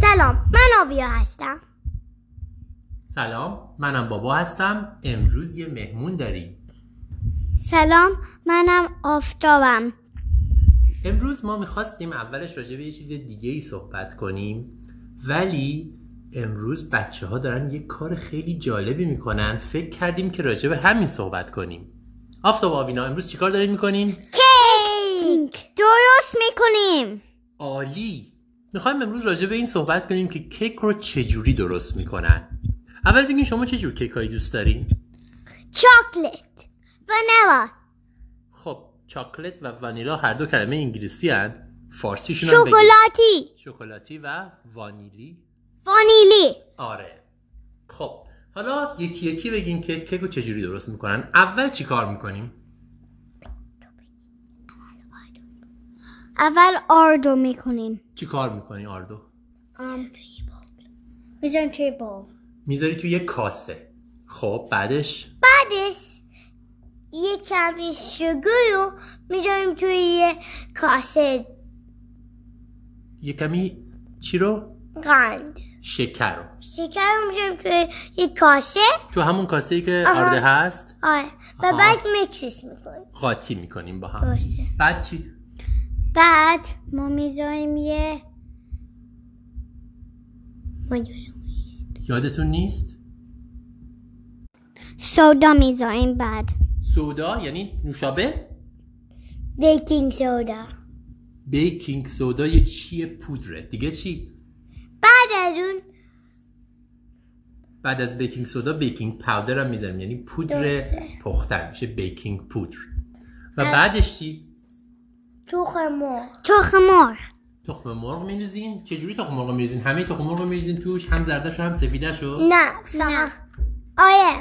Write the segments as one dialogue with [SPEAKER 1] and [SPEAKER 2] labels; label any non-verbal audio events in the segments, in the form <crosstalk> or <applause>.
[SPEAKER 1] سلام من آویا هستم
[SPEAKER 2] سلام منم بابا هستم امروز یه مهمون داریم
[SPEAKER 1] سلام منم آفتابم
[SPEAKER 2] امروز ما میخواستیم اولش راجع به یه چیز دیگه ای صحبت کنیم ولی امروز بچه ها دارن یه کار خیلی جالبی میکنن فکر کردیم که راجع به همین صحبت کنیم آفتاب آوینا امروز چیکار دارین میکنین؟
[SPEAKER 1] کیک درست میکنیم
[SPEAKER 2] عالی میخوایم امروز راجع به این صحبت کنیم که کیک رو چجوری درست میکنن اول بگین شما چه جور کیکایی دوست دارین
[SPEAKER 1] چاکلت ونلا
[SPEAKER 2] خب چاکلت و وانیلا هر دو کلمه انگلیسی هن فارسیشون هم بگین.
[SPEAKER 1] شکلاتی
[SPEAKER 2] شکلاتی و وانیلی
[SPEAKER 1] وانیلی
[SPEAKER 2] آره خب حالا یکی یکی بگین که کیک رو چجوری درست میکنن اول چی کار میکنیم
[SPEAKER 1] اول آردو میکنیم
[SPEAKER 2] چی کار میکنی آردو
[SPEAKER 1] میزنیم توی بول
[SPEAKER 2] میذاری توی یه کاسه خب بعدش
[SPEAKER 1] بعدش یه کمی شگو رو میزنیم توی یه کاسه
[SPEAKER 2] یه کمی چی رو
[SPEAKER 1] قند
[SPEAKER 2] شکر رو
[SPEAKER 1] شکر رو میزنیم توی یه کاسه
[SPEAKER 2] تو همون کاسه ای که
[SPEAKER 1] آها.
[SPEAKER 2] آرده هست
[SPEAKER 1] آره و
[SPEAKER 2] آها.
[SPEAKER 1] بعد میکسش میکنیم
[SPEAKER 2] قاطی میکنیم با هم
[SPEAKER 1] باشه
[SPEAKER 2] بعد چی
[SPEAKER 1] بعد ما میذاریم یه ما یادم نیست.
[SPEAKER 2] یادتون نیست
[SPEAKER 1] سودا میذاریم بعد
[SPEAKER 2] سودا یعنی نوشابه
[SPEAKER 1] بیکینگ سودا
[SPEAKER 2] بیکینگ سودا یه چیه پودره دیگه چی
[SPEAKER 1] بعد از اون
[SPEAKER 2] بعد از بیکینگ سودا بیکینگ پاودر هم میذاریم یعنی پودر
[SPEAKER 1] درسته.
[SPEAKER 2] پختن میشه بیکینگ پودر و بعدش چی
[SPEAKER 1] تخم مرغ تخم مرغ
[SPEAKER 2] تخم مرغ میریزین چجوری تخم مرغ میریزین همه تخم مرغ میریزین توش هم زردش و هم سفیدش و
[SPEAKER 1] نه نه آره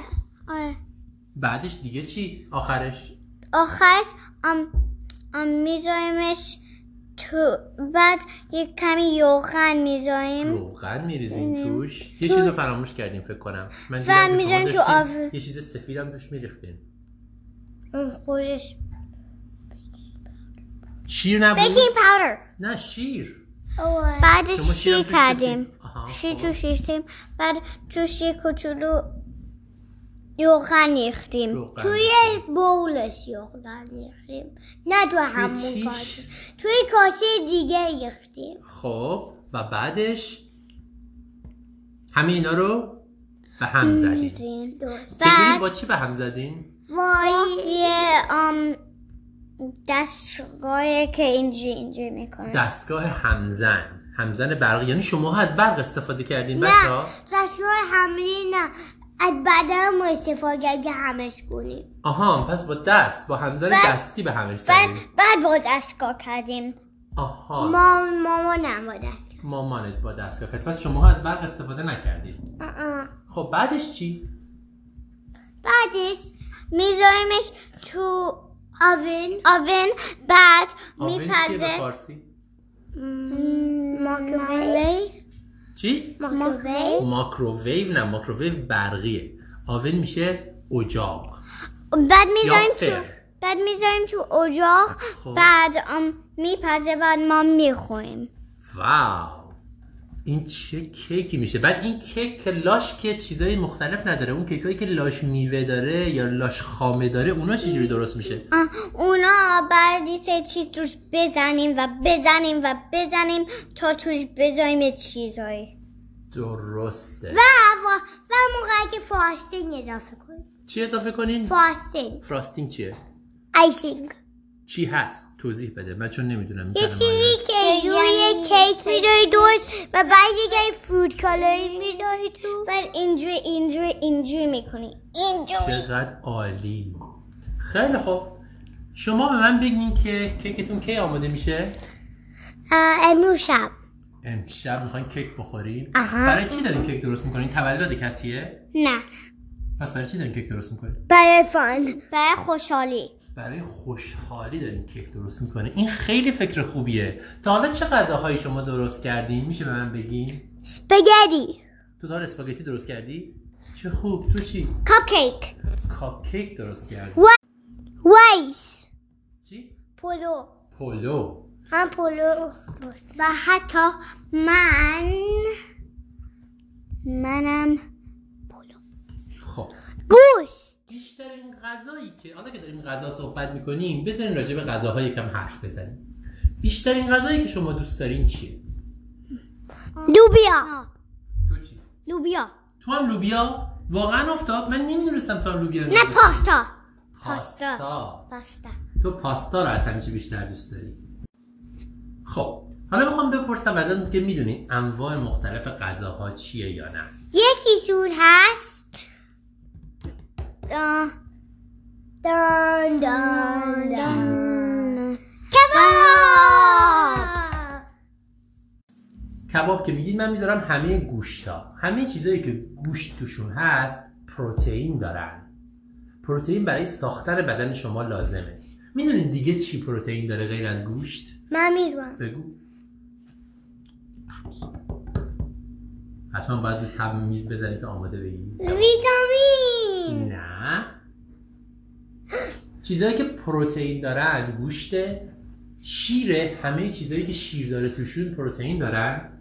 [SPEAKER 1] آره
[SPEAKER 2] بعدش دیگه چی آخرش
[SPEAKER 1] آخرش ام ام میذاریمش تو بعد یه کمی یوغن میذاریم
[SPEAKER 2] روغن میریزین
[SPEAKER 1] یعنی
[SPEAKER 2] توش یه چیز رو فراموش کردیم فکر کنم
[SPEAKER 1] و
[SPEAKER 2] من دیدم که شما
[SPEAKER 1] می‌ذارین تو
[SPEAKER 2] داشتین
[SPEAKER 1] آب.
[SPEAKER 2] یه چیز سفیدم توش میریختین
[SPEAKER 1] اون خودش
[SPEAKER 2] شیر نبود
[SPEAKER 1] بیکینگ پاودر
[SPEAKER 2] نه شیر
[SPEAKER 1] بعدش
[SPEAKER 2] شما شیرم
[SPEAKER 1] شیر
[SPEAKER 2] توش
[SPEAKER 1] کردیم
[SPEAKER 2] ریختین. آها،
[SPEAKER 1] شیر
[SPEAKER 2] خب.
[SPEAKER 1] تو شیرتیم بعد توش یه کوچولو روغن ریختیم
[SPEAKER 2] روغن
[SPEAKER 1] توی بولش روغن ریختیم نه تو همون
[SPEAKER 2] چیش؟
[SPEAKER 1] کاسه توی کاسه دیگه ریختیم
[SPEAKER 2] خب و بعدش همه اینا رو به هم زدین
[SPEAKER 1] درست.
[SPEAKER 2] چجوری
[SPEAKER 1] بعد
[SPEAKER 2] با چی به هم زدین
[SPEAKER 1] وای یه آم دستگاهی که اینجوری اینجوری میکنه
[SPEAKER 2] دستگاه همزن همزن برق یعنی شما از برق استفاده کردین بچه
[SPEAKER 1] نه
[SPEAKER 2] ها
[SPEAKER 1] دستگاه حملی نه از بدن ما استفاده کرد که همش کنیم
[SPEAKER 2] آها پس با دست با همزن
[SPEAKER 1] بعد-
[SPEAKER 2] دستی به همش
[SPEAKER 1] بعد
[SPEAKER 2] زدین
[SPEAKER 1] بعد با دستگاه کردیم
[SPEAKER 2] آها
[SPEAKER 1] ما مامانم با دستگاه
[SPEAKER 2] مامانت با دستگاه کرد پس شما از برق استفاده نکردین
[SPEAKER 1] آه آه.
[SPEAKER 2] خب بعدش چی
[SPEAKER 1] بعدش میذاریمش تو آون آون بعد
[SPEAKER 2] آون چیه به
[SPEAKER 1] میپزه
[SPEAKER 2] فارسی
[SPEAKER 1] ماکروویو
[SPEAKER 2] چی
[SPEAKER 1] ماکروویو
[SPEAKER 2] ماکروویو نه ماکروویو برقیه آون میشه اجاق
[SPEAKER 1] بعد میذاریم
[SPEAKER 2] یا
[SPEAKER 1] تو
[SPEAKER 2] فر.
[SPEAKER 1] بعد میذاریم تو اجاق
[SPEAKER 2] خب.
[SPEAKER 1] بعد میپزه بعد ما میخوریم
[SPEAKER 2] واو این چه کیکی میشه بعد این کیک که لاش که چیزای مختلف نداره اون کیکایی که لاش میوه داره یا لاش خامه داره اونا چجوری درست میشه
[SPEAKER 1] اونا بعد یه سه چیز توش بزنیم و بزنیم و بزنیم تا توش بذاریم یه چیزایی
[SPEAKER 2] درسته
[SPEAKER 1] و و و موقعی که فاستینگ اضافه کنیم
[SPEAKER 2] چی اضافه کنین
[SPEAKER 1] فاستینگ
[SPEAKER 2] فراستینگ چیه
[SPEAKER 1] آیسینگ
[SPEAKER 2] چی هست توضیح بده من چون نمیدونم
[SPEAKER 1] یه چیزی که روی کیک میذاری دوست و بعد یه گای فود کالری میذاری تو بعد اینجوری اینجوری اینجوری میکنی اینجوری
[SPEAKER 2] چقدر عالی خیلی خوب شما به من بگین که کیکتون کی آماده میشه
[SPEAKER 1] امروز شب
[SPEAKER 2] امشب میخواین کیک بخورین
[SPEAKER 1] آها.
[SPEAKER 2] برای چی دارین کیک درست میکنین تولد کسیه
[SPEAKER 1] نه
[SPEAKER 2] پس برای چی دارین کیک درست میکنین
[SPEAKER 1] برای فان برای خوشحالی
[SPEAKER 2] برای خوشحالی دارین کیک درست میکنه این خیلی فکر خوبیه تا حالا چه غذاهایی شما درست کردین میشه به من بگین
[SPEAKER 1] سپگتی
[SPEAKER 2] تو دار اسپاگتی درست کردی چه خوب تو چی
[SPEAKER 1] کپ کیک
[SPEAKER 2] کاپ کیک درست کردی
[SPEAKER 1] وایس
[SPEAKER 2] چی
[SPEAKER 1] پلو
[SPEAKER 2] پلو
[SPEAKER 1] هم پلو و حتی من منم پلو
[SPEAKER 2] خب
[SPEAKER 1] گوش
[SPEAKER 2] بیشترین غذایی که حالا که داریم غذا صحبت میکنیم بزنین راجع به غذاها یکم حرف بزنیم بیشترین غذایی که شما دوست دارین چیه
[SPEAKER 1] لوبیا
[SPEAKER 2] تو چی
[SPEAKER 1] لوبیا
[SPEAKER 2] تو هم لوبیا واقعا افتاد من نمیدونستم تو هم لوبیا
[SPEAKER 1] نه
[SPEAKER 2] دوست داری.
[SPEAKER 1] پاستا
[SPEAKER 2] پاستا
[SPEAKER 1] پاستا
[SPEAKER 2] تو پاستا رو از همه چی بیشتر دوست داری خب حالا میخوام بپرسم ازت که میدونی انواع مختلف غذاها چیه یا نه
[SPEAKER 1] یکی شور هست دان دان دان دان کباب
[SPEAKER 2] کباب که میگید من میدارم همه گوشتا همه چیزایی که گوشت توشون هست پروتئین دارن پروتئین برای ساختن بدن شما لازمه میدونید دیگه چی پروتئین داره غیر از گوشت
[SPEAKER 1] من میروم
[SPEAKER 2] بگو حتما باید رو تب میز بزنی که آماده بگیم
[SPEAKER 1] ویتامین
[SPEAKER 2] نه چیزایی که پروتئین دارن گوشت شیره همه چیزایی که شیر داره توشون پروتئین دارن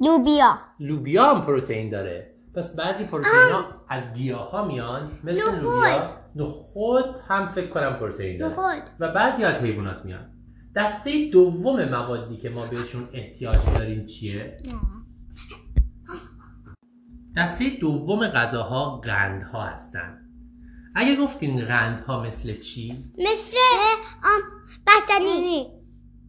[SPEAKER 1] لوبیا
[SPEAKER 2] لوبیا هم پروتئین داره پس بعضی پروتئین ها از گیاه ها میان مثل
[SPEAKER 1] نخود.
[SPEAKER 2] لوبیا نخود هم فکر کنم پروتئین داره
[SPEAKER 1] نخود.
[SPEAKER 2] و بعضی از حیوانات میان دسته دوم موادی که ما بهشون احتیاج داریم چیه؟ دسته دوم غذاها قندها هستن اگه گفتین قندها مثل چی؟
[SPEAKER 1] مثل آم بستنی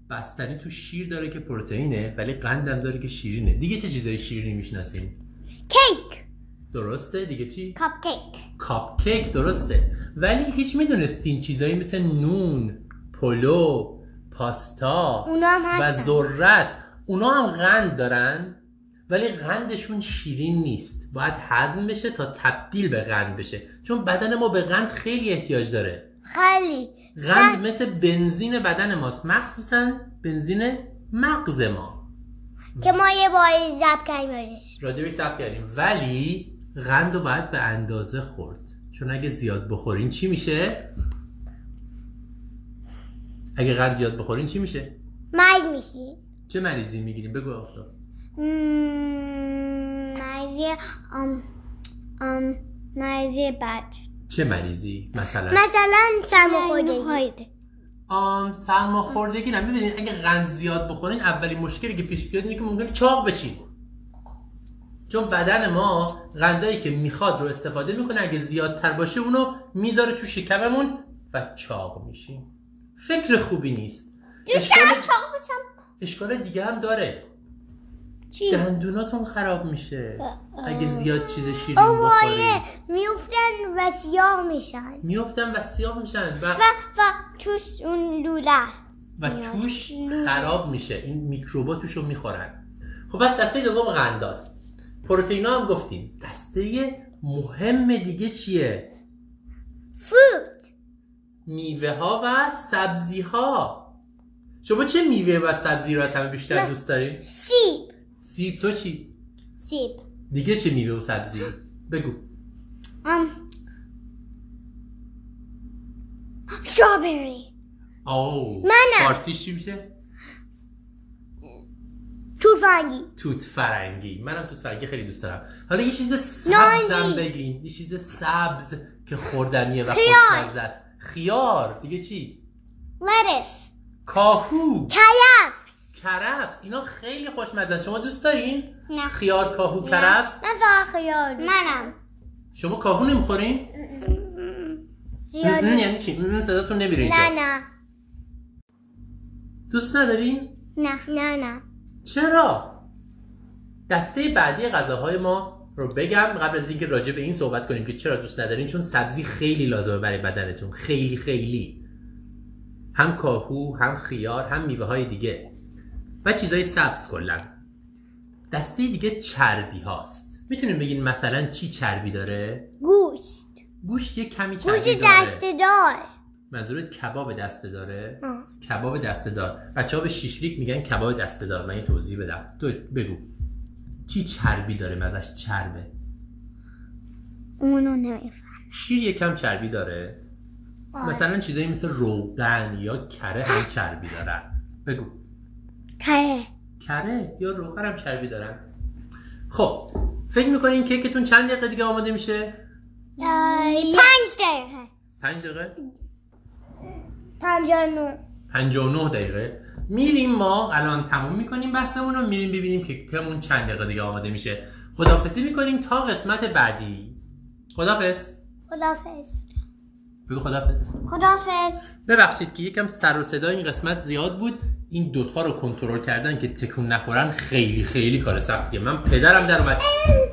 [SPEAKER 2] بستنی تو شیر داره که پروتئینه ولی قندم داره که شیرینه دیگه چه چیزای شیرینی میشناسیم؟
[SPEAKER 1] کیک
[SPEAKER 2] درسته دیگه چی؟
[SPEAKER 1] کپ کیک
[SPEAKER 2] کاپکیک درسته ولی هیچ میدونستین چیزایی مثل نون پلو پاستا
[SPEAKER 1] اونا هم
[SPEAKER 2] و
[SPEAKER 1] هستن.
[SPEAKER 2] ذرت اونا هم قند دارن ولی قندشون شیرین نیست باید هضم بشه تا تبدیل به قند بشه چون بدن ما به قند خیلی احتیاج داره
[SPEAKER 1] خیلی
[SPEAKER 2] قند مثل بنزین بدن ماست مخصوصا بنزین مغز ما
[SPEAKER 1] که ما یه باری زب کردیم ازش.
[SPEAKER 2] راجبش صحبت کردیم ولی قند رو باید به اندازه خورد چون اگه زیاد بخورین چی میشه؟ اگه قند زیاد بخورین چی میشه؟
[SPEAKER 1] مرگ میشی
[SPEAKER 2] چه مریضی میگیریم؟ بگو آفتاب
[SPEAKER 1] مم، مریضی آم آم مریضی بد
[SPEAKER 2] چه مریضی؟ مثلا
[SPEAKER 1] مثلا سرماخوردگی
[SPEAKER 2] آم سرماخوردگی نه ببینید اگه قند زیاد بخورین اولین مشکلی که پیش بیاد اینه که ممکنه چاق بشین چون بدن ما قندایی که میخواد رو استفاده میکنه اگه زیادتر باشه اونو میذاره تو شکممون و چاق میشیم فکر خوبی نیست اشکال,
[SPEAKER 1] چاق بشم
[SPEAKER 2] اشکال دیگه هم داره
[SPEAKER 1] چی؟
[SPEAKER 2] دندوناتون خراب میشه اگه زیاد چیز شیرین
[SPEAKER 1] آواره
[SPEAKER 2] بخورین
[SPEAKER 1] میفتن و سیاه میشن
[SPEAKER 2] میافتن و سیاه میشن و
[SPEAKER 1] و و توش اون لوله
[SPEAKER 2] و توش خراب میشه این میکروبا توش رو میخورن خب پس دسته دوم غنداست پروتئینا هم گفتیم دسته مهم دیگه چیه
[SPEAKER 1] فروت
[SPEAKER 2] میوه ها و سبزی ها شما چه میوه و سبزی رو از همه بیشتر دوست دارین
[SPEAKER 1] سیب
[SPEAKER 2] سیب تو چی
[SPEAKER 1] سیب
[SPEAKER 2] دیگه چه میوه و سبزی بگو
[SPEAKER 1] ام strawberry.
[SPEAKER 2] آو
[SPEAKER 1] منم.
[SPEAKER 2] فارسیش چی میشه
[SPEAKER 1] توفنگی
[SPEAKER 2] توت فرنگی منم توت فرنگی خیلی دوست دارم حالا یه چیز سبزم
[SPEAKER 1] نارنجی.
[SPEAKER 2] بگین یه چیز سبز که خوردنیه و
[SPEAKER 1] خیار.
[SPEAKER 2] خوشمزه است خیار دیگه چی
[SPEAKER 1] لتس
[SPEAKER 2] کاهو
[SPEAKER 1] کلف
[SPEAKER 2] کرفس اینا خیلی خوشمزه شما دوست دارین
[SPEAKER 1] نه.
[SPEAKER 2] خیار کاهو کرفس
[SPEAKER 1] من فقط خیال منم
[SPEAKER 2] شما کاهو نمیخورین
[SPEAKER 1] زیاد
[SPEAKER 2] م- م یعنی چی م- م صداتون نمیره
[SPEAKER 1] نه
[SPEAKER 2] اینجا
[SPEAKER 1] نه
[SPEAKER 2] دوست ندارین
[SPEAKER 1] نه نه نه
[SPEAKER 2] چرا دسته بعدی غذاهای ما رو بگم قبل از اینکه راجع به این صحبت کنیم که چرا دوست ندارین چون سبزی خیلی لازمه برای بدنتون خیلی خیلی هم کاهو هم خیار هم میوه های دیگه و چیزای سبز کلا دسته دیگه چربی هاست میتونیم بگین مثلا چی چربی داره
[SPEAKER 1] گوشت
[SPEAKER 2] گوشت یه کمی چربی
[SPEAKER 1] گوشت
[SPEAKER 2] داره
[SPEAKER 1] دسته دار
[SPEAKER 2] منظورت کباب دسته داره
[SPEAKER 1] آه.
[SPEAKER 2] کباب دسته دار بچه ها به شیشلیک میگن کباب دسته دار من یه توضیح بدم تو بگو چی چربی داره مزش چربه
[SPEAKER 1] اونو نمیفهم
[SPEAKER 2] شیر یکم چربی داره
[SPEAKER 1] آره.
[SPEAKER 2] مثلا چیزایی مثل روغن یا کره هم چربی دارن بگو
[SPEAKER 1] کره
[SPEAKER 2] کره یا روغن هم چربی دارن خب فکر میکنین کیکتون چند دقیقه دیگه آماده میشه؟
[SPEAKER 1] پنج دقیقه
[SPEAKER 2] پنج دقیقه؟
[SPEAKER 1] پنجاه نو
[SPEAKER 2] 59 دقیقه میریم ما الان تموم میکنیم بحثمون رو میریم ببینیم که کمون چند دقیقه دیگه آماده میشه خدافزی میکنیم تا قسمت بعدی خدافز
[SPEAKER 1] خدافز
[SPEAKER 2] بگو خدافز
[SPEAKER 1] خدافز
[SPEAKER 2] ببخشید که یکم سر و صدا این قسمت زیاد بود این دوتا رو کنترل کردن که تکون نخورن خیلی خیلی کار سختیه من پدرم در اومد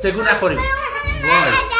[SPEAKER 2] تکون نخوریم
[SPEAKER 1] <laughs>
[SPEAKER 2] وای